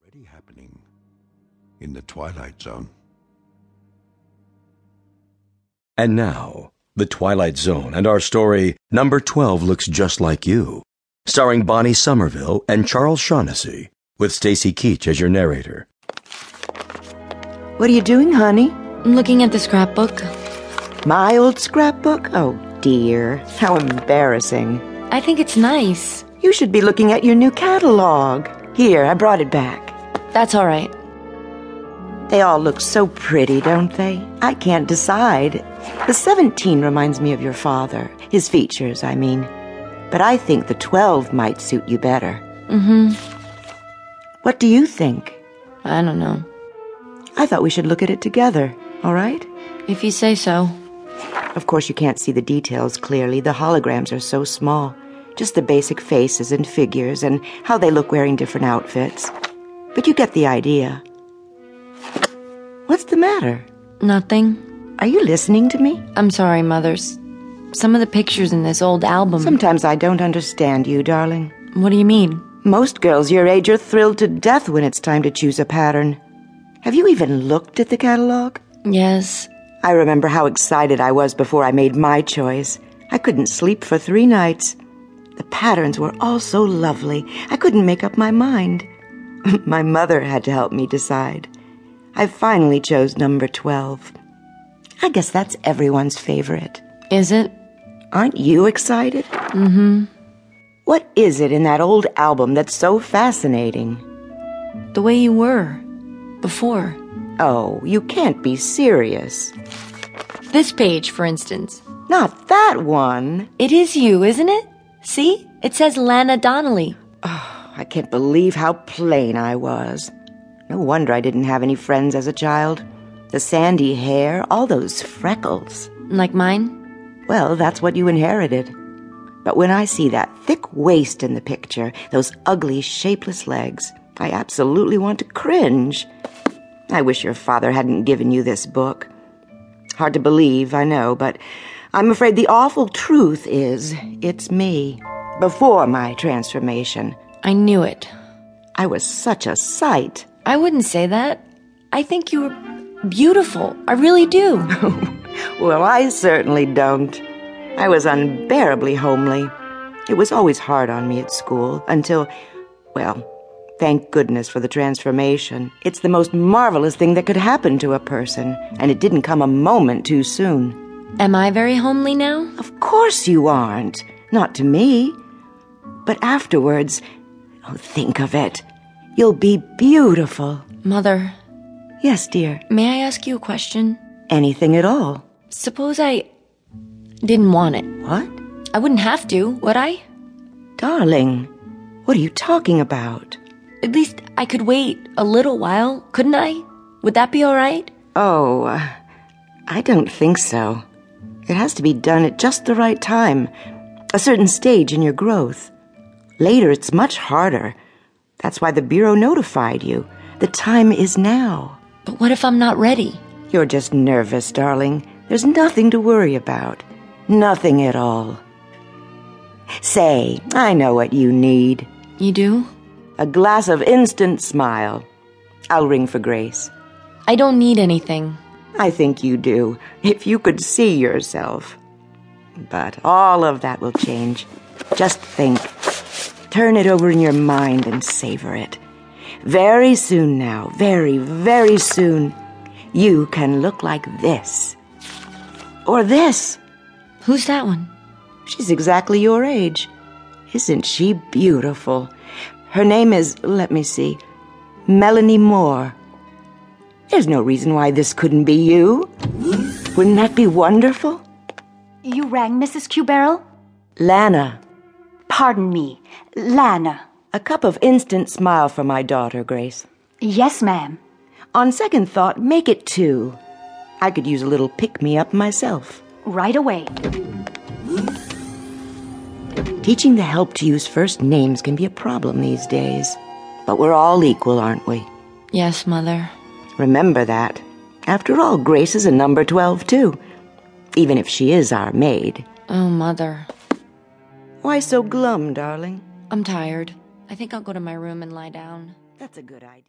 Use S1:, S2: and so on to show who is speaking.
S1: already happening in the Twilight Zone.
S2: And now, The Twilight Zone and our story, Number 12 Looks Just Like You, starring Bonnie Somerville and Charles Shaughnessy, with Stacy Keach as your narrator.
S3: What are you doing, honey?
S4: I'm looking at the scrapbook.
S3: My old scrapbook? Oh, dear. How embarrassing.
S4: I think it's nice.
S3: You should be looking at your new catalog. Here, I brought it back.
S4: That's all right.
S3: They all look so pretty, don't they? I can't decide. The 17 reminds me of your father. His features, I mean. But I think the 12 might suit you better.
S4: Mm-hmm.
S3: What do you think?
S4: I don't know.
S3: I thought we should look at it together, all right?
S4: If you say so.
S3: Of course, you can't see the details clearly. The holograms are so small. Just the basic faces and figures and how they look wearing different outfits. But you get the idea. What's the matter?
S4: Nothing.
S3: Are you listening to me?
S4: I'm sorry, Mothers. Some of the pictures in this old album.
S3: Sometimes I don't understand you, darling.
S4: What do you mean?
S3: Most girls your age are thrilled to death when it's time to choose a pattern. Have you even looked at the catalog?
S4: Yes.
S3: I remember how excited I was before I made my choice. I couldn't sleep for three nights. The patterns were all so lovely, I couldn't make up my mind. my mother had to help me decide. I finally chose number 12. I guess that's everyone's favorite.
S4: Is it?
S3: Aren't you excited?
S4: Mm hmm.
S3: What is it in that old album that's so fascinating?
S4: The way you were. Before.
S3: Oh, you can't be serious.
S4: This page, for instance.
S3: Not that one.
S4: It is you, isn't it? See? It says Lana Donnelly.
S3: Oh, I can't believe how plain I was. No wonder I didn't have any friends as a child. The sandy hair, all those freckles.
S4: Like mine?
S3: Well, that's what you inherited. But when I see that thick waist in the picture, those ugly, shapeless legs, I absolutely want to cringe. I wish your father hadn't given you this book. Hard to believe, I know, but I'm afraid the awful truth is it's me. Before my transformation.
S4: I knew it.
S3: I was such a sight.
S4: I wouldn't say that. I think you were beautiful. I really do.
S3: well, I certainly don't. I was unbearably homely. It was always hard on me at school until, well, Thank goodness for the transformation. It's the most marvelous thing that could happen to a person, and it didn't come a moment too soon.
S4: Am I very homely now?
S3: Of course you aren't. Not to me. But afterwards, oh, think of it. You'll be beautiful.
S4: Mother.
S3: Yes, dear.
S4: May I ask you a question?
S3: Anything at all.
S4: Suppose I didn't want it.
S3: What?
S4: I wouldn't have to, would I?
S3: Darling, what are you talking about?
S4: At least I could wait a little while, couldn't I? Would that be all right?
S3: Oh, uh, I don't think so. It has to be done at just the right time, a certain stage in your growth. Later, it's much harder. That's why the Bureau notified you. The time is now.
S4: But what if I'm not ready?
S3: You're just nervous, darling. There's nothing to worry about. Nothing at all. Say, I know what you need.
S4: You do?
S3: a glass of instant smile. I'll ring for Grace.
S4: I don't need anything.
S3: I think you do, if you could see yourself. But all of that will change. Just think. Turn it over in your mind and savor it. Very soon now, very, very soon, you can look like this. Or this.
S4: Who's that one?
S3: She's exactly your age. Isn't she beautiful? Her name is, let me see, Melanie Moore. There's no reason why this couldn't be you. Wouldn't that be wonderful?
S5: You rang, Mrs. Cubarrel?
S3: Lana.
S5: Pardon me, Lana.
S3: A cup of instant smile for my daughter, Grace.
S5: Yes, ma'am.
S3: On second thought, make it two. I could use a little pick me up myself.
S5: Right away.
S3: Teaching the help to use first names can be a problem these days. But we're all equal, aren't we?
S4: Yes, Mother.
S3: Remember that. After all, Grace is a number 12, too. Even if she is our maid.
S4: Oh, Mother.
S3: Why so glum, darling?
S4: I'm tired. I think I'll go to my room and lie down.
S3: That's a good idea.